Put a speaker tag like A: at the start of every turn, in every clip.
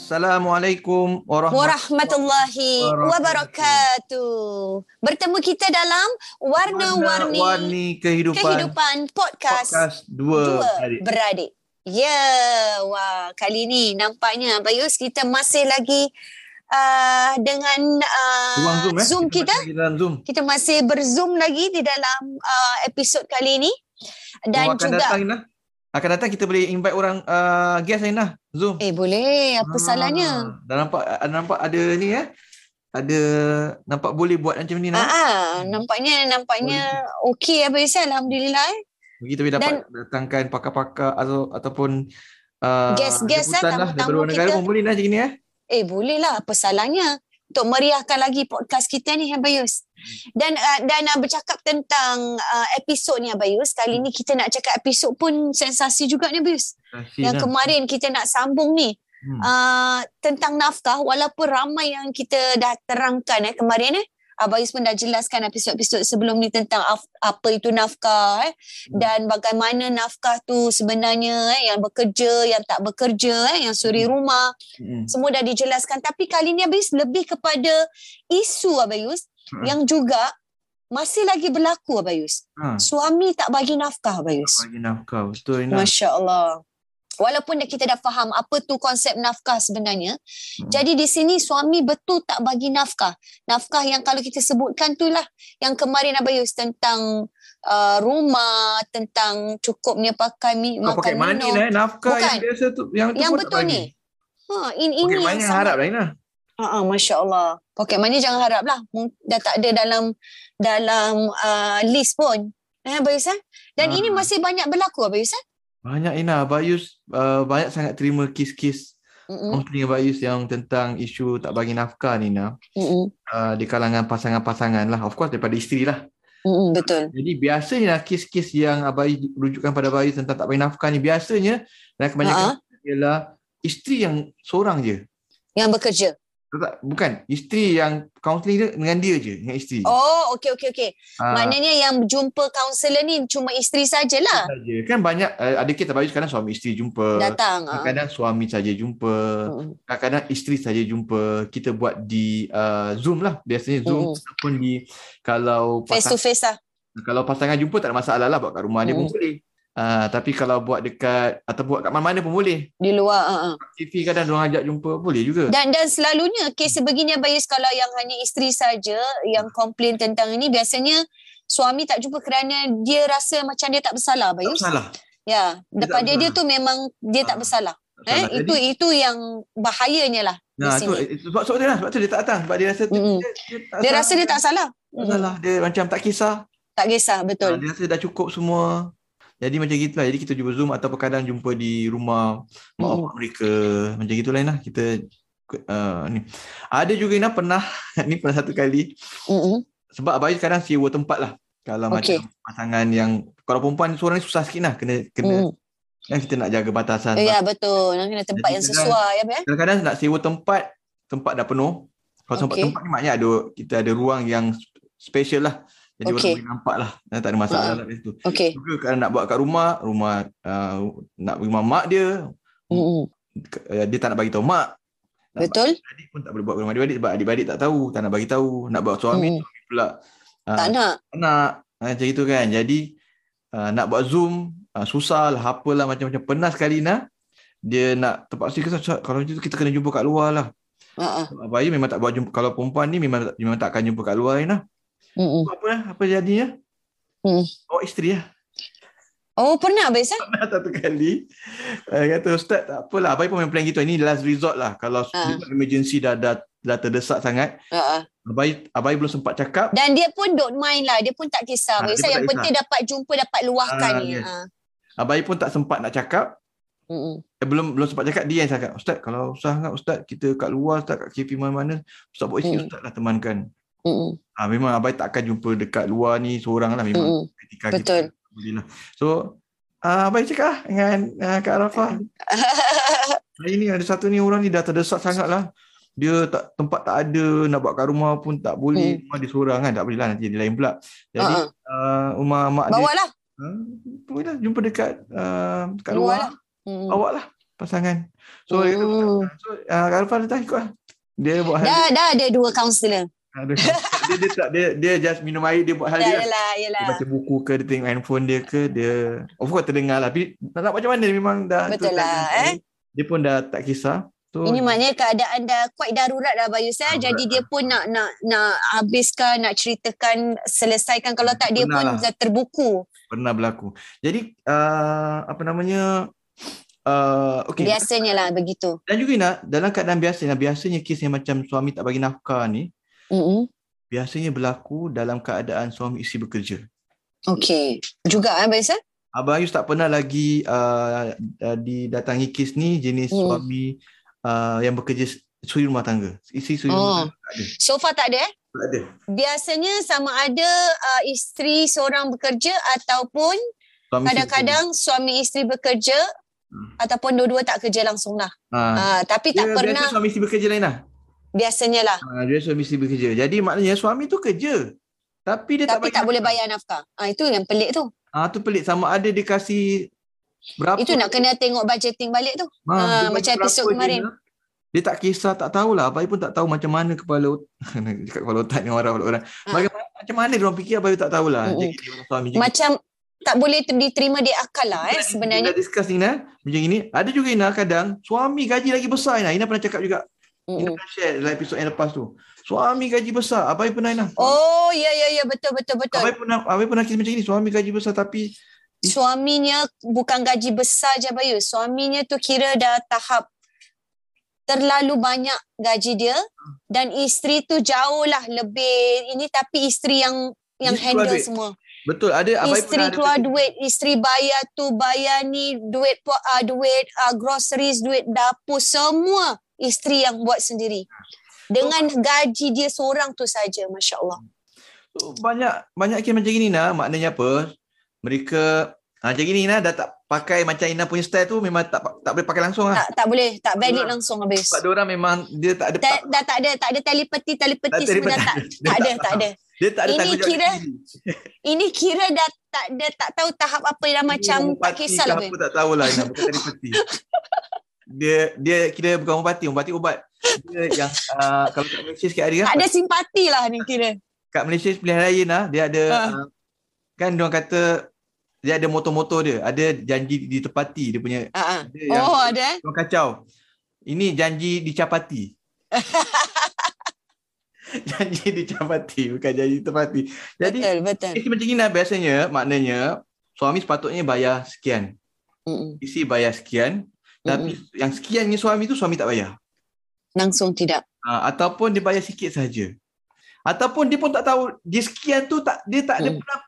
A: Assalamualaikum warahmatullahi
B: warahmatullahi wabarakatuh. Bertemu kita dalam warna-warni
A: warni kehidupan,
B: kehidupan podcast,
A: podcast dua,
B: dua
A: adik.
B: beradik. Ya, yeah. wah kali ni nampaknya Bayus kita masih lagi uh, dengan uh,
A: Ruang Zoom, eh?
B: Zoom kita.
A: masih dalam Zoom.
B: Kita masih berzoom lagi di dalam uh, episod kali ni dan
A: Orang Oh, akan
B: juga
A: datang, Inah. Akan datang kita boleh invite orang uh, guest Inah. Zoom.
B: eh boleh apa salahnya?
A: Ah, Dah nampak ada nampak ada ni eh. Ada nampak boleh buat macam ni
B: Ah,
A: nah.
B: ah, nampaknya nampaknya okey apa Isai alhamdulillah eh.
A: Kita boleh dapat datangkan pakar-pakar atau ataupun uh,
B: Guest-guest, eh,
A: jemputan lah
B: tamu-tamu
A: daripada luar negara
B: kita.
A: pun boleh nah macam ni eh.
B: Eh boleh lah apa salahnya untuk meriahkan lagi podcast kita ni Habayus. Dan uh, dan uh, bercakap tentang uh, episod ni Habayus, kali
A: Hmm.
B: ni kita nak cakap episod pun sensasi juga ni Habayus. Yang kemarin kita nak sambung ni
A: hmm.
B: uh, tentang nafkah walaupun ramai yang kita dah terangkan eh kemarin eh Abayus pun dah jelaskan episod-episod sebelum ni tentang af- apa itu nafkah eh
A: Hmm.
B: dan bagaimana nafkah tu sebenarnya eh yang bekerja yang tak bekerja eh yang suri rumah
A: Hmm.
B: semua dah dijelaskan tapi kali ni Abayus lebih kepada isu Abayus
A: Hmm.
B: yang juga masih lagi berlaku Abayus
A: Ha,
B: suami tak bagi nafkah Abayus
A: bagi nafkah. Betul Inah.
B: Masya Allah. Walaupun dah- kita dah faham apa tu konsep nafkah sebenarnya.
A: Hmm.
B: Jadi di sini suami betul tak bagi nafkah. Nafkah yang kalau kita sebutkan tu lah. Yang kemarin Abayus tentang uh, rumah, tentang cukupnya pakai mi,
A: Kau
B: makan
A: pakai mani
B: minum.
A: lah eh. Nafkah
B: Bukan.
A: yang biasa tu. Yang, tu
B: Yang
A: pun tak
B: betul
A: bagi.
B: ni. Ha, in, ini
A: Poket
B: yang
A: mani
B: sangat-
A: harap lah Inah.
B: Ah, uh Masya Allah. Pocket money jangan harap lah. Mung- Dah tak ada dalam dalam uh, list pun. Eh, Abayus eh? Dan
A: Ah.
B: ini masih banyak berlaku Abayus eh?
A: Banyak Inah. Bayus uh, banyak sangat terima kes-kes
B: Mm-mm.
A: counselling Bayus yang tentang isu tak bagi nafkah ni Inah.
B: Mm-mm.
A: Uh, di kalangan pasangan-pasangan lah. Of course daripada isteri lah.
B: Mm-mm. Betul.
A: Jadi biasanya kes-kes yang Abai rujukan pada Abai tentang tak bagi nafkah ni biasanya dan
B: Ah,
A: kebanyakan
B: Ha?
A: ialah isteri yang seorang je.
B: Yang bekerja.
A: Tahu Tak, bukan isteri yang kaunseling dia dengan dia je, dengan isteri.
B: Oh, okey okey okey.
A: Ah,
B: Maknanya yang jumpa kaunselor ni cuma isteri sajalah
A: saja. Kan banyak eh, ada kes Abai sekarang suami isteri jumpa.
B: datang. ah.
A: Kadang-kadang suami saja jumpa,
B: Mm,
A: kadang-kadang isteri saja jumpa. Kita buat di uh, Zoom lah. Biasanya Zoom
B: Mm.
A: ataupun di kalau
B: Face to face lah.
A: Kalau pasangan jumpa tak ada masalah lah buat kat rumah dia pun boleh. Uh, tapi kalau buat dekat atau buat kat mana-mana pun boleh.
B: Di luar. ah, ah.
A: TV kadang dia orang ajak jumpa boleh juga.
B: Dan dan selalunya kes sebegini Abayus kalau yang hanya isteri saja yang komplain tentang ini biasanya suami tak jumpa kerana dia rasa macam dia tak bersalah
A: tak
B: Abayus.
A: salah.
B: Ya,
A: tak
B: daripada dia
A: bersalah.
B: tu memang dia
A: lah. Ah,
B: tak bersalah.
A: Tak
B: Eh,
A: salah.
B: itu itu yang bahayanya lah.
A: nah,
B: di
A: tu, itu sebab, sebab dia lah. Sebab tu dia tak datang. Sebab dia rasa tu-
B: Mm-mm.
A: dia, tak
B: Dia rasa dia tak salah.
A: tak
B: Mm,
A: salah. Ah, Dia macam tak kisah.
B: Tak kisah,
A: Betul.
B: betul.
A: Dia rasa dah cukup semua. Jadi macam gitulah. Jadi kita jumpa Zoom atau kadang jumpa di rumah mak
B: Mm-mm.
A: bapak mereka. Macam gitu lain lah. Kita uh, ni. Ada juga Ina pernah ni pernah satu kali
B: Mm-mm.
A: sebab abai kadang sewa tempat lah. Kalau
B: Okey.
A: macam pasangan yang kalau perempuan seorang ni susah sikit lah kena kena
B: Mm.
A: kan kita nak jaga batasan.
B: Ya, betul. Nak kena tempat
A: Jadi
B: yang
A: kadang-
B: sesuai ya, Abang, eh?
A: kadang-kadang nak sewa tempat tempat dah penuh kalau tempat
B: Okey.
A: tempat ni maknanya ada kita ada ruang yang special lah jadi okay. orang
B: Okey.
A: boleh nampak lah Dan tak ada masalah
B: Ha.
A: lah kat situ
B: Okey.
A: juga kalau nak buat kat rumah rumah uh, nak pergi rumah mak dia
B: Mm-mm.
A: eh, dia tak nak bagi tahu mak. Nak
B: Betul?
A: Adik pun tak boleh buat dengan adik-adik sebab adik-adik tak tahu, tak nak bagi tahu, nak buat suami
B: Hmm.
A: hmm. pula. ah,
B: Tak nak.
A: tak nak. Ha, macam itu kan. Jadi uh, nak buat Zoom uh, susah lah apalah macam-macam penat sekali nah. Dia nak terpaksa kita kalau macam tu kita kena jumpa kat luar lah.
B: Ha ah.
A: Sebab Bayu memang tak buat jumpa kalau perempuan ni memang tak- memang tak akan jumpa kat luar nah.
B: Mm-mm.
A: Apa lah apa jadinya?
B: Hmm.
A: Oh isteri lah.
B: Oh, pernah habis eh?
A: Pernah satu kali uh, kata ustaz tak apalah Abai pun memang plan gitu. Ini last resort lah kalau
B: Ah.
A: emergency dah dah dah terdesak sangat.
B: Ha ah.
A: Abai Abai belum sempat cakap
B: Dan dia pun don't mind lah. Dia pun tak
A: Ah,
B: kisah.
A: dia
B: Ha,
A: pun
B: yang
A: tak
B: penting dapat jumpa, dapat luahkan
A: Ah,
B: ni.
A: yes.
B: Ha.
A: Abai pun tak sempat nak cakap.
B: Mm-mm.
A: Eh, belum belum sempat cakap dia yang cakap ustaz kalau usah sangat ustaz kita kat luar ustaz kat KP mana-mana ustaz buat isteri
B: Mm.
A: ustaz lah temankan
B: Mm-mm.
A: ha, memang abai takkan jumpa dekat luar ni seorang lah memang
B: Mm-mm.
A: ketika
B: Betul.
A: kita tak boleh lah so uh, abai cakap lah dengan uh, Kak Arafah hari ni ada satu ni orang ni dah terdesak sangat lah dia tak tempat tak ada nak buat kat rumah pun tak boleh
B: Hmm.
A: rumah dia seorang kan tak boleh lah nanti dia lain pula jadi
B: Ha, ha.
A: uh, rumah mak dia
B: Bawa lah.
A: uh, boleh lah jumpa dekat uh, kat
B: Luar
A: luar,
B: lah. Mm.
A: bawa lah pasangan so dia kata
B: Mm.
A: So uh, Arfan dah ikut lah. Dia buat hal dia.
B: Dah, dah ada dua kaunselor.
A: Aduh. dia, dia, tak, dia, dia just minum air, dia buat hal
B: Dah,
A: dia. lah.
B: yelah,
A: Dia
B: yelah.
A: baca buku ke, dia tengok handphone dia ke, dia... Of course terdengar lah. Tapi nak, nak macam mana dia memang dah...
B: Betul
A: tu,
B: lah,
A: dah-
B: eh.
A: Dia pun dah tak kisah. So,
B: Ini maknanya keadaan dah quite darurat dah Bayu Sel.
A: Darurat lah.
B: Jadi dia pun nak nak nak habiskan, nak ceritakan, selesaikan. Kalau tak dia
A: Benar
B: pun
A: lah.
B: dah terbuku.
A: pernah berlaku. Jadi, uh, apa namanya... Uh, okay.
B: Biasanya lah begitu.
A: Dan juga nak dalam keadaan biasa, Ina, biasanya kes yang macam suami tak bagi nafkah ni,
B: Mm-mm.
A: biasanya berlaku dalam keadaan suami isteri bekerja.
B: Okey. Juga eh Bayu Sel?
A: Abang Ayus tak pernah lagi uh, uh, didatangi kes ni jenis hmm.
B: Hmm.
A: suami uh, yang bekerja s- suri rumah tangga. Isi suri
B: Oh.
A: rumah tangga tak ada.
B: So far tak ada eh?
A: Tak ada.
B: Biasanya sama ada uh, isteri seorang bekerja ataupun
A: Suami isteri
B: kadang-kadang suami isteri bekerja
A: Hmm.
B: ataupun dua-dua tak kerja langsung lah.
A: bekerja. Ha.
B: Ha, tapi
A: Dia
B: tak
A: pernah.
B: pernah
A: suami isteri bekerja lain lah.
B: biasanya lah.
A: Ha, dia suami isteri bekerja. Jadi maknanya suami tu kerja. Tapi dia
B: Tapi
A: bagi
B: tak boleh
A: nafkah.
B: bayar nafkah. Ha, itu yang pelik tu.
A: Ah tu pelik sama ada dia kasih berapa
B: Itu nak kena tengok budgeting balik tu.
A: Ha,
B: Ah,
A: dia bagi
B: macam
A: berapa
B: episod
A: je
B: kemarin.
A: nak. Dia tak kisah, tak tahulah. Abai pun tak tahu macam mana kepala otak. Cakap kepala otak dengan orang. orang.
B: Ah.
A: Bagaimana, macam mana dia orang fikir, Abai tak tahulah.
B: Mm-mm.
A: Jadi, dia orang suami je.
B: Macam tak boleh ter- diterima di akal lah
A: Kita
B: eh
A: dah- Kita
B: sebenarnya.
A: dah discuss Ina macam ini. Ada juga Ina kadang suami gaji lagi besar Ina. Ina pernah cakap juga. Ina
B: Mm-mm.
A: pernah share dalam episod yang lepas tu. Suami gaji besar. Abai pernah Ina.
B: Oh ya ya ya betul betul betul.
A: Abai pernah Abai pernah kisah macam ini. Suami gaji besar tapi
B: Suaminya bukan gaji besar je Bayu. Suaminya tu kira dah tahap terlalu banyak gaji dia
A: Ah.
B: dan isteri tu jauh lah lebih ini tapi isteri yang yang
A: Isteri keluar
B: handle
A: duit.
B: semua.
A: betul ada Abai
B: isteri
A: pernah
B: keluar
A: ada,
B: duit, isteri bayar tu, bayar ni, duit po- uh, duit uh, groceries, duit dapur, semua isteri yang buat sendiri. Dengan gaji dia seorang tu saja, masya-Allah.
A: So, banyak banyak kisah macam ini Ina. Maknanya apa? Mereka ha, macam ini Ina dah tak pakai macam Ina punya style tu memang tak tak boleh pakai langsung lah.
B: Tak tak boleh, tak valid
A: Betul.
B: langsung habis.
A: Sebab dia orang memang dia tak ada
B: Dah, dah tak ada, tak ada telepati, telepati
A: Tak
B: semua dah tak,
A: telepati.
B: tak
A: Dia
B: ada,
A: tak
B: tak ada.
A: dia tak ada
B: Ini
A: tanggungjawab
B: kira
A: sendiri.
B: Ini kira dah tak ada, tak tahu tahap apa dah macam tak lah,
A: Homeopati
B: kisahlah.
A: ke
B: Babe.
A: Apa tak tahulah Ina, bukan telepati. dia dia kira bukan umpati, umpati ubat. Dia yang uh, kalau kat Malaysia sikit hari
B: Tak
A: kan.
B: ada simpati lah ni kira.
A: Kat Malaysia pilihan raya nah, dia ada
B: Ha.
A: uh, kan dia orang kata dia ada motor-motor dia, ada janji ditepati dia punya
B: Ha, ha.
A: ada yang
B: Oh ada eh.
A: orang kacau. Ini janji dicapati. janji dicapati bukan janji ditepati. Jadi
B: Betul, betul.
A: Isi macam ni lah biasanya maknanya suami sepatutnya bayar sekian.
B: Mm-mm.
A: Isi bayar sekian. Tapi yang sekian ni suami tu suami tak bayar.
B: Langsung tidak.
A: Ha, ataupun dia bayar sikit saja. Ataupun dia pun tak tahu dia sekian tu tak dia tak ada
B: Hmm.
A: pernah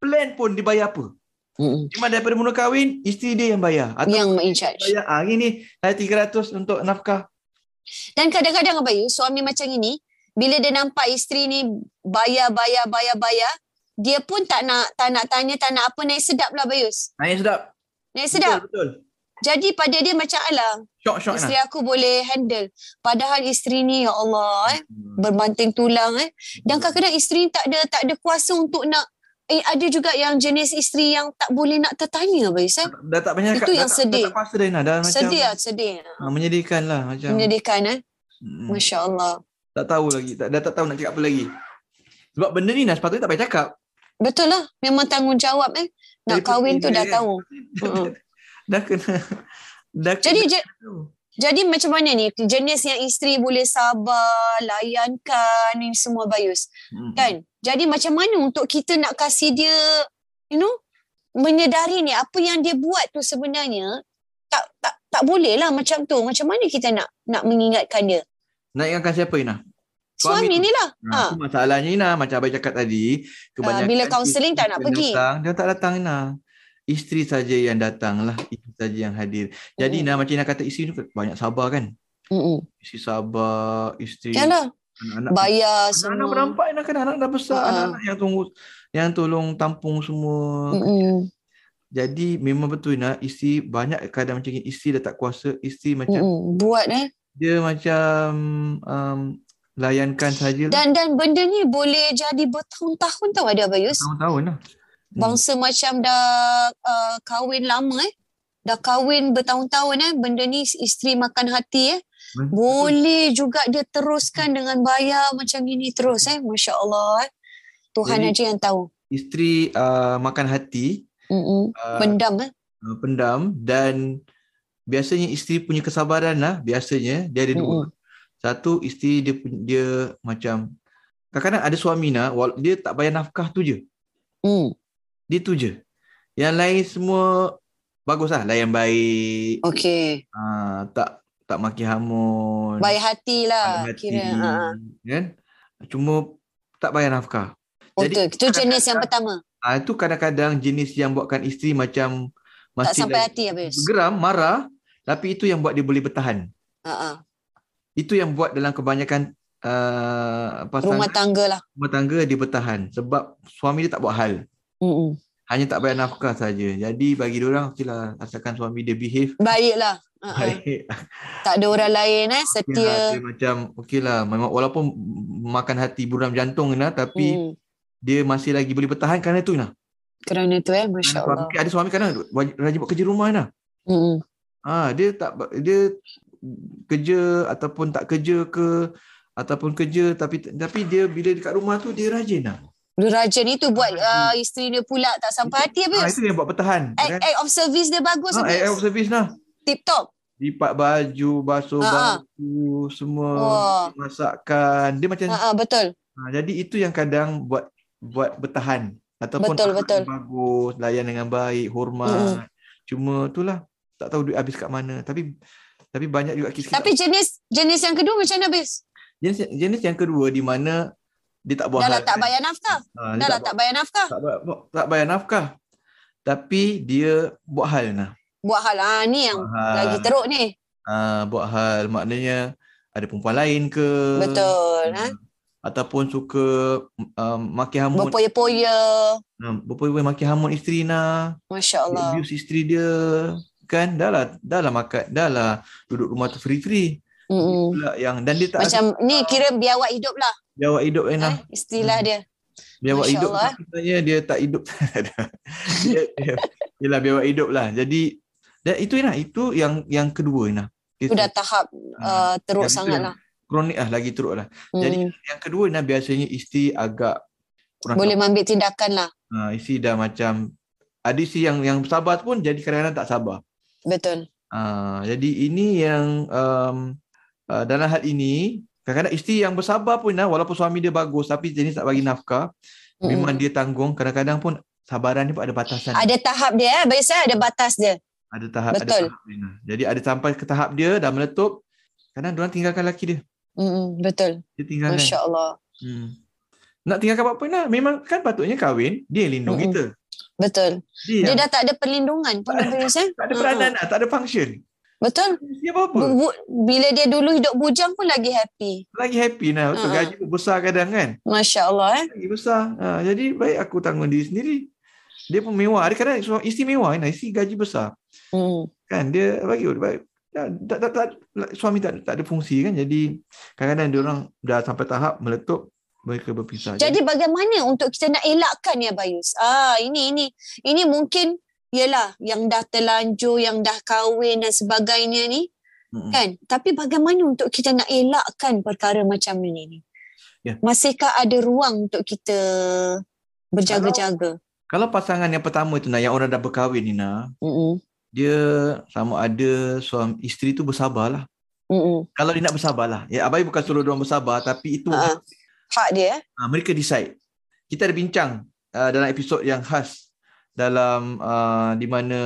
A: plan pun dia bayar apa.
B: Mm-mm.
A: Cuma daripada mula kahwin isteri dia yang bayar. Atau
B: Yang in charge.
A: bayar ah ni saya 300 untuk nafkah.
B: Dan kadang-kadang Abang Yu, suami macam ini, bila dia nampak isteri ni bayar, bayar, bayar, bayar, dia pun tak nak tak nak tanya, tak nak apa, naik sedap lah Bayus.
A: Naik sedap.
B: Naik sedap.
A: Betul. betul.
B: Jadi pada dia macam alah,
A: Syok syok
B: isteri
A: lah.
B: aku boleh handle. Padahal isteri ni,
A: Hmm.
B: ya eh. Allah, eh, berbanting tulang. Eh. Dan kadang-kadang isteri ni tak ada, tak ada kuasa untuk nak eh, ada juga yang jenis isteri yang tak boleh nak tertanya Bayus eh.
A: Dah tak banyak dah
B: Itu yang
A: tak-
B: sedih.
A: Dah tak pasal dah Nah. Dah macam
B: Sedih lah, sedih.
A: ah, menyedihkan lah macam.
B: Menyedihkan eh.
A: Hmm,
B: Masya Allah.
A: tak tahu lagi. Tak, dah tak tahu nak cakap apa lagi. Sebab benda ni dah sepatutnya tak payah cakap.
B: Betul lah. Memang tanggungjawab eh. Nak
A: Daripada
B: kahwin tu
A: email
B: dah
A: kan?
B: tahu. Mm-mm.
A: Dah kena dah
B: Jadi
A: kena
B: je,
A: tahu.
B: jadi macam mana ni? Jenis yang isteri boleh sabar, layankan ni semua Bayus.
A: Hmm.
B: Kan? Jadi macam mana untuk kita nak kasih dia, you know, menyedari ni apa yang dia buat tu sebenarnya tak tak tak boleh lah macam tu. Macam mana kita nak nak mengingatkan dia?
A: Nak ingatkan siapa Ina? Suami
B: Suami,
A: tu.
B: ni lah.
A: Ha.
B: Ha. Ah,
A: tu Masalahnya Ina macam abang cakap tadi, kebanyakan
B: bila kaunseling
A: isteri
B: tak nak
A: yang
B: pergi.
A: Datang, dia tak datang Ina. Isteri saja yang datang lah, isteri saja yang hadir.
B: Hmm.
A: Jadi Ina macam Ina kata isteri tu banyak sabar kan?
B: Mm-mm.
A: Isteri sabar, isteri
B: Yalah,
A: anak-anak.
B: bayar
A: Anak-anak
B: semua.
A: berdampak Ina kan anak dah besar,
B: Ha.
A: anak-anak yang tunggu yang tolong tampung semua.
B: Mm-mm.
A: Jadi memang betul Ina, isteri banyak kadang macam ni, isteri dah tak kuasa, isteri macam
B: Mm-mm. Buat eh.
A: dia macam um, layankan saja lah.
B: Dan dan benda ni boleh jadi bertahun-tahun tau ada Abayus.
A: tahun-tahun lah. Hmm.
B: Bangsa macam dah uh, kahwin lama eh. Dah kahwin bertahun-tahun eh. Benda ni isteri makan hati eh.
A: Betul.
B: Boleh juga dia teruskan dengan bayar macam gini terus eh. Masya Allah eh. Tuhan
A: Jadi-
B: aja yang tahu.
A: isteri uh, makan hati,
B: Mm-mm.
A: uh,
B: Pendam eh.
A: uh, pendam dan biasanya isteri punya kesabaran lah biasanya dia ada dua. Satu isteri dia pun- dia macam kadang-kadang ada suami nak wal- dia tak bayar nafkah tu je.
B: Mm.
A: Dia tu je. Yang lain semua bagus lah layan
B: Oh.
A: baik,
B: Okey.
A: uh, tak tak maki hamun,
B: Baik hati
A: ada
B: lah
A: Hmm. hati,
B: kira. Ha, ha.
A: kan? Cuma tak bayar nafkah.
B: Betul. Itu jenis yang
A: kadang-kadang-
B: pertama.
A: Ah itu kadang-kadang jenis yang buatkan isteri macam
B: Tak
A: masih
B: sampai hati habis.
A: geram, marah, tapi itu yang buat dia boleh bertahan.
B: Ha, ha.
A: Itu yang buat dalam kebanyakan uh, pasangan
B: Rumah
A: rumah,
B: tangga lah.
A: tangga dia bertahan sebab suami dia tak buat hal.
B: Mm-mm.
A: Hanya tak bayar nafkah saja. Jadi bagi dia orang okeylah asalkan suami dia behave
B: Baiklah. Ha, ha.
A: baik.
B: Tak ada orang lain eh.
A: Ya,
B: Setia.
A: dia macam okeylah memang walaupun makan hati buram jantung nah tapi
B: Mm.
A: dia masih lagi boleh bertahan kerana tu nah.
B: Kerana tu eh.
A: Kerana
B: Masya Allah.
A: suami, ada suami kadang wajib- rajin buat kerja rumah nah.
B: Mm-mm.
A: Ah dia tak dia kerja ataupun tak kerja ke ataupun kerja tapi tapi dia bila dekat rumah tu dia rajin lah.
B: Rajan itu buat
A: Mm-hmm.
B: uh, isteri dia pula tak sampai hati
A: Ah,
B: habis.
A: itu yang buat bertahan. Kan?
B: Act, act of Eh, oh, service dia bagus
A: Ah, act of
B: habis.
A: service lah.
B: Tip top.
A: Lipat baju, basuh
B: Ah, ah.
A: baju, semua
B: Wah.
A: masakkan. Dia macam
B: Ha, ha, betul.
A: ah, jadi itu yang kadang buat buat bertahan ataupun
B: Betul,
A: akhlak
B: betul.
A: yang bagus, layan dengan baik, hormat. Cuma itulah tak tahu duit habis kat mana. Tapi tapi banyak juga kes-kes
B: Tapi jenis jenis yang kedua macam mana habis?
A: Jenis, jenis yang kedua di mana dia tak buat
B: Dah lah
A: hal.
B: tak bayar nafkah.
A: Ha, dia
B: Dah lah
A: tak,
B: tak bayar nafkah.
A: buat- tak, bayar, tak bayar nafkah. Tapi dia buat hal nah.
B: Buat hal ha, ni yang
A: Buat hal.
B: lagi teruk ni.
A: Ah, buat hal maknanya ada perempuan lain ke?
B: Betul. Ha?
A: Hmm. Ataupun suka um, maki hamun.
B: Berpoya-poya.
A: Ah, Berpoya maki hamun isteri nah.
B: Masya
A: Dia
B: Allah.
A: Abuse isteri dia kan dah lah dah lah makan dah lah duduk rumah tu free free
B: Mm-mm.
A: pula yang dan dia tak
B: Macam ni kira biawak hidup lah.
A: jawab hidup eh, nah.
B: Eh, istilah dia.
A: Biawak
B: Masya
A: hidup
B: Allah.
A: Allah. sebenarnya dia tak hidup. dia, dia, yelah biawak hidup lah. Jadi dan itu Ina, itu yang yang kedua Ina. Itu
B: Itu dah tahap uh, teruk
A: Yang itu Hmm.
B: sangat
A: yang
B: lah.
A: kronik lah lagi teruk lah. Jadi
B: Mm.
A: yang kedua Ina biasanya isteri agak kurang
B: Boleh ambil tindakan lah.
A: sabar. Ha, isteri dah macam ada isteri yang yang sabar pun jadi kadang-kadang tak sabar.
B: Betul.
A: Ha, jadi ini yang um, uh, dalam hal ini kadang-kadang isteri yang bersabar pun Ina walaupun suami dia bagus tapi jenis tak bagi nafkah
B: Mm-mm.
A: memang dia tanggung kadang-kadang pun sabaran dia pun ada batasan.
B: Hmm. Ada tahap dia. eh. Biasa ada batas dia.
A: Ada tahap
B: Betul.
A: ada tahap dia. Nah. Jadi ada sampai ke tahap dia dah meletup kadang dia tinggalkan laki dia.
B: Mm-mm. Hmm, Betul.
A: Dia tinggalkan.
B: Masya Allah.
A: Hmm. Nak tinggalkan apa pun lah. Memang kan patutnya kahwin dia yang lindung
B: Mm-mm.
A: kita.
B: Betul.
A: Dia,
B: Dia
A: yang
B: dah tak ada perlindungan pun
A: Tak ada-
B: Abang Yusuf.
A: tak ada peranan, lah, tak ada function.
B: Betul.
A: Dia apa-apa.
B: Bu- bu- Bila dia dulu hidup bujang pun lagi happy.
A: Lagi happy lah. Betul
B: Ha.
A: gaji pun besar kadang kan.
B: Masya Allah eh.
A: Lagi besar. Ha, jadi baik aku tanggung diri sendiri. Dia pun mewah. Ada kadang suami- isteri mewah kan. Isteri gaji besar.
B: Hmm.
A: Kan dia bagi baik. Tak, tak, tak, tak, suami tak, tak ada fungsi kan. Jadi kadang-kadang dia orang dah sampai tahap meletup mereka berpisah.
B: Jadi bagaimana untuk kita nak elakkan ya Bayus? Ah ini ini ini mungkin ialah yang dah terlanjur, yang dah kahwin dan sebagainya ni
A: Mm-mm.
B: kan. Tapi bagaimana untuk kita nak elakkan perkara macam ini ni?
A: Ya.
B: Masihkah ada ruang untuk kita berjaga-jaga?
A: Kalau pasangan yang pertama tu Nah yang orang dah berkahwin ni Nah,
B: Mm-mm.
A: dia sama ada suami isteri tu bersabarlah.
B: Mm-mm.
A: Kalau dia nak bersabarlah. Ya abai bukan suruh dia orang bersabar tapi itu
B: Ha. Hak dia eh.
A: uh, mereka decide. Kita ada bincang uh, dalam episod yang khas dalam uh, di mana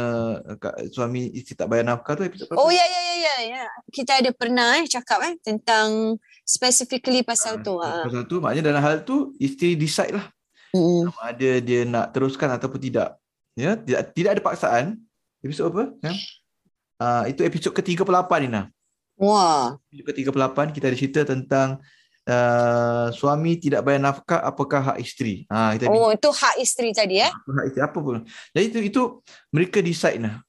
A: uh, ka- suami isteri tak bayar nafkah tu episod
B: Oh
A: berapa?
B: ya ya ya ya ya. Kita ada pernah eh cakap eh tentang specifically pasal tu.
A: Ah,
B: Ha.
A: Pasal tu maknanya dalam hal tu isteri decide lah
B: Mm-mm.
A: sama ada dia nak teruskan ataupun tidak. Ya, tidak tidak ada paksaan. Episod apa? Ya. Uh, itu episod ke-38 ni nah.
B: Wah.
A: Episod ke-38 kita ada cerita tentang uh, suami tidak bayar nafkah apakah hak isteri. Ha kita
B: Oh itu hak isteri tadi eh.
A: bincang hak isteri apa pun. Jadi itu itu mereka decide nah.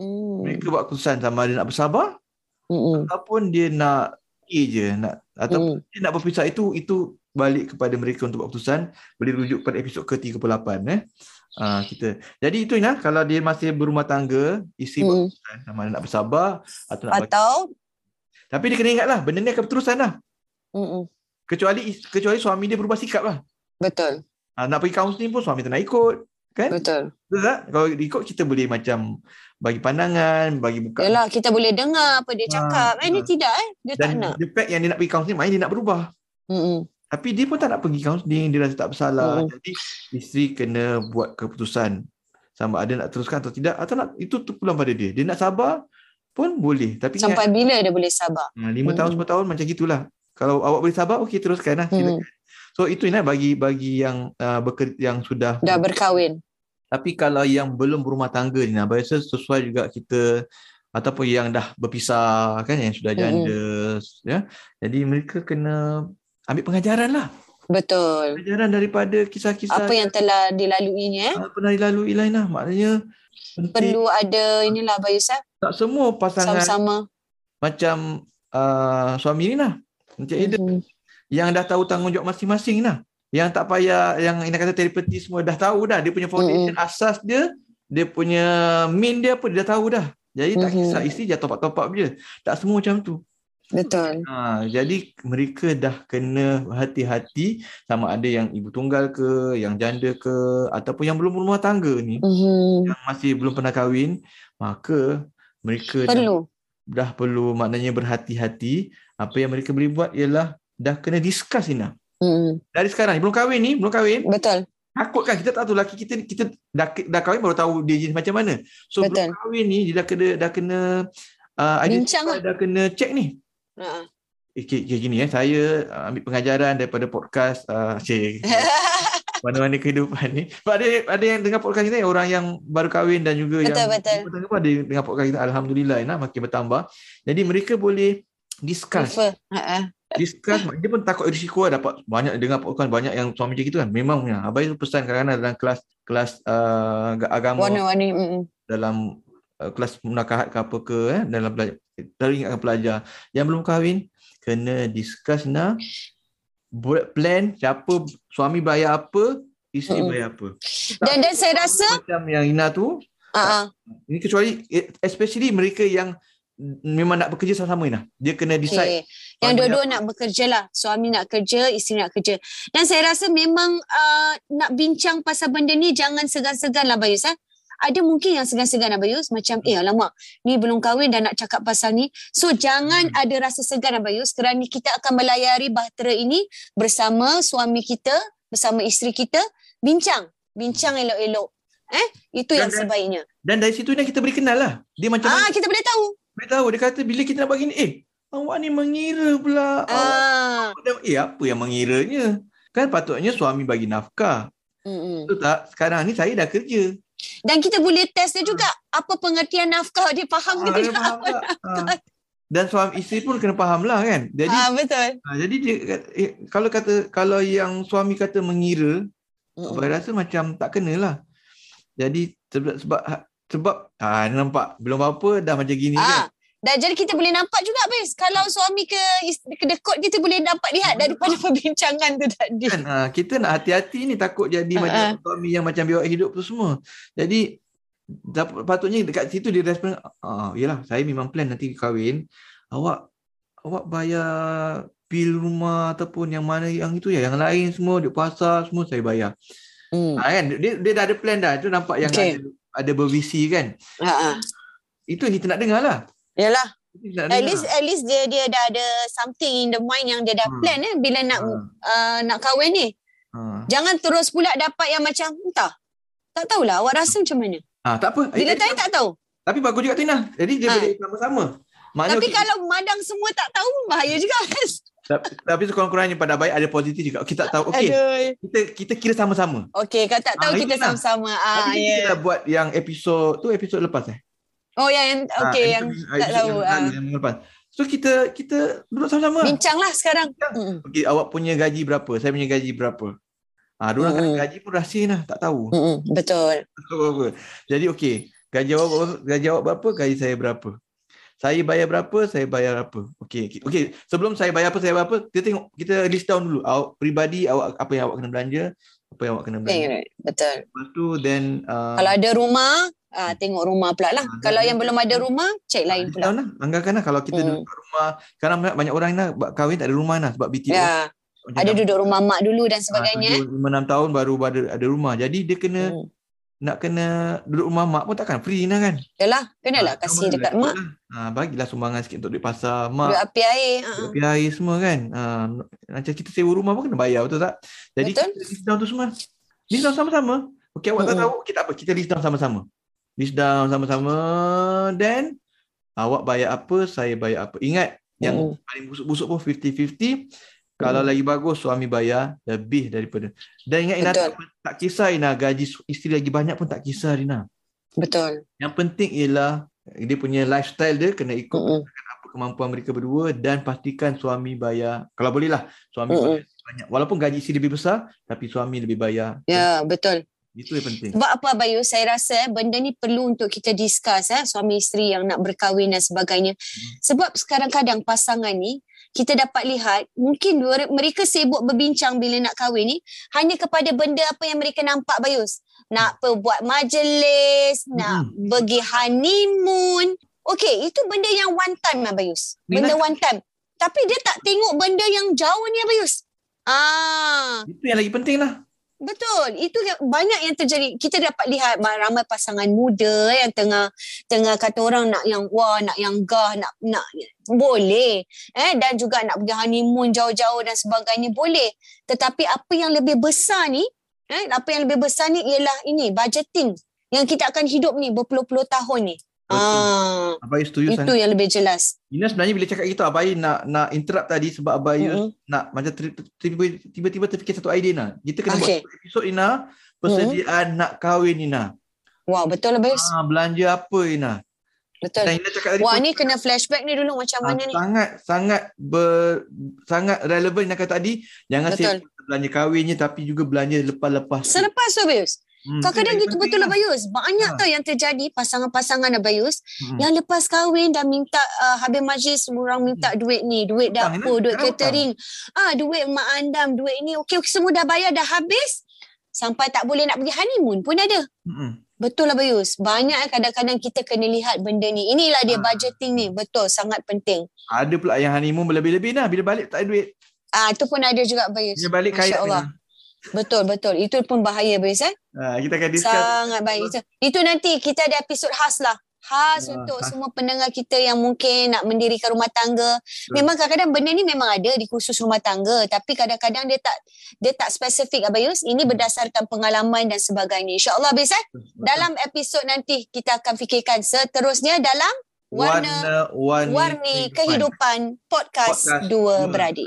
B: Mm.
A: Mereka buat keputusan sama ada nak bersabar
B: Mm-mm.
A: ataupun dia nak okay je nak ataupun
B: Mm.
A: dia nak berpisah itu itu balik kepada mereka untuk buat keputusan boleh rujuk pada episod ke-38 eh. Ah kita. Jadi itu nah kalau dia masih berumah tangga, isteri buat
B: Mm.
A: keputusan sama ada nak bersabar atau nak bagi.
B: Atau
A: Tapi dia kena ingatlah benda ni akan berterusan lah.
B: Mm-mm.
A: Kecuali kecuali suami dia berubah sikap lah.
B: betul
A: Ah, nak pergi kaunseling pun suami tak nak ikut.
B: betul.
A: Betul tak? Kalau dia ikut kita boleh macam bagi pandangan, bagi buka
B: Yalah kita boleh dengar apa dia
A: Ah,
B: cakap. eh dia
A: betul.
B: tidak eh dia tak
A: dan
B: nak.
A: the fact yang dia nak pergi kaunseling maknanya dia nak berubah.
B: Mm-mm.
A: Tapi dia pun tak nak pergi kaunseling, dia rasa tak bersalah.
B: Hmm.
A: Jadi isteri kena buat keputusan sama ada nak teruskan atau tidak atau nak itu terpulang pada dia. Dia nak sabar pun boleh. Tapi
B: Sampai bila dia boleh sabar?
A: ingat, ha, lima
B: Hmm.
A: tahun, sepuluh tahun macam gitulah. Kalau awak boleh sabar, okey teruskan lah.
B: Mm.
A: Silakan. So itu Ina bagi bagi yang uh, beker, yang sudah.
B: Dah berkahwin.
A: Tapi kalau yang belum berumah tangga Ina, biasa sesuai juga kita ataupun yang dah berpisah kan yang sudah janda ya. Jadi mereka kena ambil pengajaran lah
B: Betul.
A: pelajaran daripada kisah-kisah ah,
B: Apa yang telah dilaluinya eh?
A: yang pernah dilalui Ilaina maknanya penting
B: Perlu ada inilah Bayus eh
A: tak semua pasangan
B: sama-sama.
A: macam uh, suami ni lah macam Ida
B: Mm-mm.
A: yang dah tahu tanggungjawab masing-masing lah yang tak payah yang Ina kata terapeuti semua dah tahu dah dia punya foundation asas dia dia punya main dia apa dia dah tahu dah jadi tak
B: Mhm.
A: kisah isteri je top up je tak semua macam tu
B: Betul.
A: Ha, jadi mereka dah kena hati-hati sama ada yang ibu tunggal ke, yang janda ke ataupun yang belum berumah tangga ni
B: Mm-hmm.
A: yang masih belum pernah kahwin, maka mereka dah,
B: Perlu.
A: dah perlu maknanya berhati-hati. Apa yang mereka boleh buat ialah dah kena discuss Ina.
B: Mm-mm.
A: Dari sekarang ni belum kahwin ni, belum kahwin,
B: Betul.
A: takut kan kita tak tahu lelaki kita kita dah dah kahwin baru tahu dia jenis macam mana. So
B: Betul.
A: belum kahwin ni dia dah kena dah kena uh,
B: Bincang lah.
A: identify, dah kena check ni.
B: Ha.
A: Eh, okay, okay, gini eh. Saya uh, ambil pengajaran daripada podcast uh, cik, mana-mana kehidupan ni. Sebab ada, ada yang dengar podcast kita orang yang baru kahwin dan juga
B: Betul,
A: yang
B: betul.
A: berumah tangga pun ada yang dengar podcast kita. Alhamdulillah nak makin bertambah. Jadi mereka boleh discuss.
B: Prefer. Ha.
A: Discuss dia pun takut risiko lah dapat banyak dengar podcast banyak yang suami macam gitu kan. Memang punya. Abai tu pesan kadang-kadang dalam kelas kelas uh, agama
B: Warna-warni. Mm-mm.
A: dalam uh, kelas munakahat ke apa ke eh, dalam pelajar selalu ingatkan pelajar yang belum kahwin kena discuss nak buat plan siapa suami bayar apa isteri
B: Mm-mm.
A: bayar apa
B: Dan dan saya rasa
A: macam yang Ina tu
B: ha.
A: ini kecuali eh, especially mereka yang memang nak bekerja sama-sama Ina dia kena decide okay.
B: Okay. Eh, Yang
A: Suami
B: dua-dua
A: nak-
B: nak bekerja lah. Suami nak kerja, isteri nak kerja. Dan saya rasa memang uh, nak bincang pasal benda ni jangan segan-segan lah Bayus. Eh? Ada mungkin yang segan-segan lah Bayus. Macam eh alamak ni belum kahwin dah nak cakap pasal ni.
A: Hmm.
B: So jangan ada rasa segan lah Bayus kerana kita akan melayari bahtera ini bersama suami kita, bersama isteri kita. Bincang. Bincang elok-elok. Eh, itu
A: Dan-
B: yang sebaiknya.
A: dan dari situ Ina kita beri kenal lah dia macam mana
B: Ah, kita boleh tahu.
A: dia tahu dia kata bila kita nak buat gini eh awak ni mengira pula awak
B: Ah.
A: eh apa yang mengiranya kan patutnya suami bagi nafkah
B: Mm-mm.
A: Betul tak? Sekarang ni saya dah kerja.
B: Dan kita boleh test dia juga apa pengertian nafkah dia faham
A: Hmm. Ah,
B: ke
A: dia
B: tidak.
A: faham tak? Ah. Dan suami isteri pun kena faham lah kan. Jadi
B: Ah betul.
A: ah, jadi dia kata- eh, kalau kata kalau yang suami kata mengira,
B: Mm-mm.
A: saya rasa macam tak lah. kenalah. ha, Jadi sebab sebab sebab ah nampak belum ha, apa-apa dah macam gini kan.
B: Ah Dan jadi kita boleh nampak juga Bez kalau
A: Hmm.
B: suami ke is- ke dekut kita boleh nampak lihat daripada perbincangan tu tadi.
A: Kan, ha, kita nak hati-hati ni takut jadi
B: Ha,
A: macam suami yang macam biawak hidup tu semua. Jadi dap- patutnya dekat situ dia respon, ah yalah saya memang plan nanti kahwin, awak awak bayar bil rumah ataupun yang mana yang itu ya, yang lain semua duk pasar semua saya bayar.
B: Hmm.
A: Ha, kan dia dia dah ada plan dah. Itu nampak yang
B: Okay.
A: ada ada berbisi kan.
B: Ha ah.
A: Itu yang kita nak dengar lah.
B: Yalah.
A: Itu yang kita nak
B: At
A: dengar. lah.
B: least at least dia dia dah ada something in the mind yang dia dah
A: Hmm.
B: plan eh bila nak uh, nak kahwin ni.
A: Ha, ha.
B: Jangan terus pula dapat yang macam entah. Tak tahulah awak rasa macam mana.
A: Ha, tak apa. Eh,
B: Bila tanya tak tahu.
A: Tapi bagus juga Tina. Jadi dia
B: Ha.
A: boleh sama-sama. Maknanya
B: Tapi
A: okey,
B: kalau madang semua tak tahu bahaya juga.
A: tapi, tapi sekurang-kurangnya pada baik ada positif juga. Kita tak tahu. Okey,
B: Aduh.
A: kita kita kira sama-sama.
B: Okey, kalau tak tahu
A: Ah,
B: kita
A: itulah.
B: sama-sama.
A: Tapi
B: Ah,
A: kita
B: ya.
A: dah buat yang episod tu episod lepas eh.
B: Oh, ya, yang
A: Ah,
B: okey yang
A: episod-
B: tak
A: episod
B: tahu,
A: Yang,
B: ah.
A: yang lepas. So kita kita duduk sama-sama.
B: bincanglah sekarang.
A: Bincang.
B: Mm.
A: Okey, awak punya gaji berapa? Saya punya gaji berapa? Ah, ha, orang
B: Mm-mm.
A: mm. gaji pun rahsia lah, tak tahu.
B: Mm-mm, betul.
A: Tak tahu apa. Jadi okey, gaji awak berapa? gaji awak berapa? Gaji saya berapa? Saya bayar berapa? Saya bayar apa? Okey, okey. Sebelum saya bayar apa, saya bayar apa, kita tengok kita list down dulu. Awak peribadi awak apa yang awak kena belanja, apa yang awak kena belanja.
B: Tengok, Eh, Betul.
A: Lepas tu then uh,
B: Kalau ada rumah, ah, tengok rumah pula lah.
A: Hmm. Ah,
B: Kalau
A: ada-
B: yang belum ada rumah, cek lain
A: list
B: pula. Ya,
A: down lah. Anggarkan lah kalau kita
B: Hmm.
A: hmm. duduk kat rumah. Sekarang banyak, banyak orang nak buat kahwin tak ada rumah lah sebab BTO.
B: Ya,
A: Macam
B: ada
A: dah-
B: duduk rumah mak dulu dan
A: ah,
B: sebagainya.
A: tujuh, lima, enam tahun baru ada, ada rumah. Jadi dia kena
B: Hmm.
A: nak kena duduk rumah mak pun takkan free lah kan.
B: Yalah,
A: Ah,
B: kenalah
A: sama
B: kasih dekat
A: lah.
B: mak.
A: Ah, bagilah sumbangan sikit untuk duit pasar mak.
B: Duit api air. ah, ah.
A: Tapi air semua kan. Uh, macam kita sewa rumah pun kena bayar betul tak? Jadi
B: Betul. Hmm.
A: kita list down tu semua. List down sama-sama. Okey awak tak
B: Mm-mm.
A: tahu kita apa? Kita list down sama-sama. List down sama-sama then awak bayar apa, saya bayar apa. Ingat yang
B: Mm.
A: paling busuk-busuk pun 50-50.
B: Hmm.
A: Kalau lagi bagus suami bayar lebih daripada. Dan ingat Ina
B: Betul.
A: tak, tak kisah Ina gaji su- isteri lagi banyak pun tak kisah Ina.
B: Betul.
A: Yang penting ialah dia punya lifestyle dia kena ikut
B: Mm-mm.
A: apa kemampuan mereka berdua dan pastikan suami bayar kalau boleh lah suami
B: Mm-mm.
A: bayar banyak walaupun gaji isteri lebih besar tapi suami lebih bayar
B: Ya, betul.
A: itu yang penting
B: Sebab apa Bayu, saya rasa eh, benda ni perlu untuk kita discuss eh, suami isteri yang nak berkahwin dan sebagainya. Sebab sekarang-kadang pasangan ni, kita dapat lihat mungkin dua- mereka sibuk berbincang bila nak kahwin ni hanya kepada benda apa yang mereka nampak Bayus. Nak pe- buat majlis, nak pergi honeymoon. Okey, itu benda yang one time lah Bayus. Benda
A: Minat.
B: one time. Tapi dia tak tengok benda yang jauh ni Bayus. Ah,
A: itu yang lagi penting lah
B: Betul. Itu yang- banyak yang terjadi. Kita dapat lihat ma- ramai pasangan muda yang tengah tengah kata orang nak yang wah, nak yang gah, nak nak boleh. Eh dan juga nak pergi honeymoon jauh-jauh dan sebagainya boleh. Tetapi apa yang lebih besar ni, eh apa yang lebih besar ni ialah ini budgeting yang kita akan hidup ni berpuluh-puluh tahun ni.
A: Betul.
B: Ah,
A: Abai setuju
B: itu
A: sangat
B: yang lebih jelas.
A: Ina sebenarnya bila cakap gitu Abai nak nak interrupt tadi sebab Abai
B: Mm-mm.
A: nak macam ter- tiba- tiba-tiba terfikir satu idea Ina kita kena buat
B: Okey.
A: satu episod Ina persediaan nak kahwin Ina
B: Wah, betul lah Bayus.
A: ha, belanja apa Ina
B: Betul.
A: dan Ina cakap tadi
B: Wah,
A: pun-
B: ni kena flashback ni dulu macam
A: Ah,
B: mana ni.
A: sangat sangat ber, sangat relevan yang kata tadi jangan
B: Betul.
A: sibuk belanja kahwinnya tapi juga belanja lepas-lepas tu.
B: Selepas tu Bayus,
A: Hmm,
B: Kadang-kadang
A: itu
B: gitu
A: penting
B: betul lah
A: lah.
B: Bayus. Banyak
A: Ha.
B: tau yang terjadi pasangan-pasangan Abayus
A: Hmm.
B: yang lepas Ya. kahwin dah minta uh, habis majlis orang minta duit ni, duit
A: Hmm. Hutang,
B: dapur,
A: Ina.
B: duit
A: Kenapa
B: catering. Ah duit mak andam, duit ni. Okey okey, semua dah bayar dah habis. Sampai tak boleh nak pergi honeymoon pun ada.
A: Mm-mm.
B: Betul lah Bayus. Banyak eh, kadang-kadang kita kena lihat benda ni. Inilah
A: Ha.
B: dia budgeting ni. Betul, sangat penting.
A: Ada pula yang honeymoon berlebih-lebih dah bila balik tak ada duit.
B: Ah itu pun ada juga Bayus.
A: Bila balik
B: Masya
A: kaya.
B: Allah. Betul betul. Itu pun bahaya Bayus eh.
A: Ha, kita akan discuss.
B: Sangat baik. Itu, itu nanti kita ada episod khas lah. Khas
A: Ya,
B: untuk
A: khas.
B: semua pendengar kita yang mungkin nak mendirikan rumah tangga. Memang kadang-kadang benda ni memang ada di kursus rumah tangga. Tapi kadang-kadang dia tak dia tak spesifik Abayus. Ini berdasarkan pengalaman dan sebagainya. InsyaAllah Abayus eh. Dalam episod nanti kita akan fikirkan seterusnya dalam Warna,
A: warni,
B: Warni Kehidupan Podcast, Dua eh, Beradik.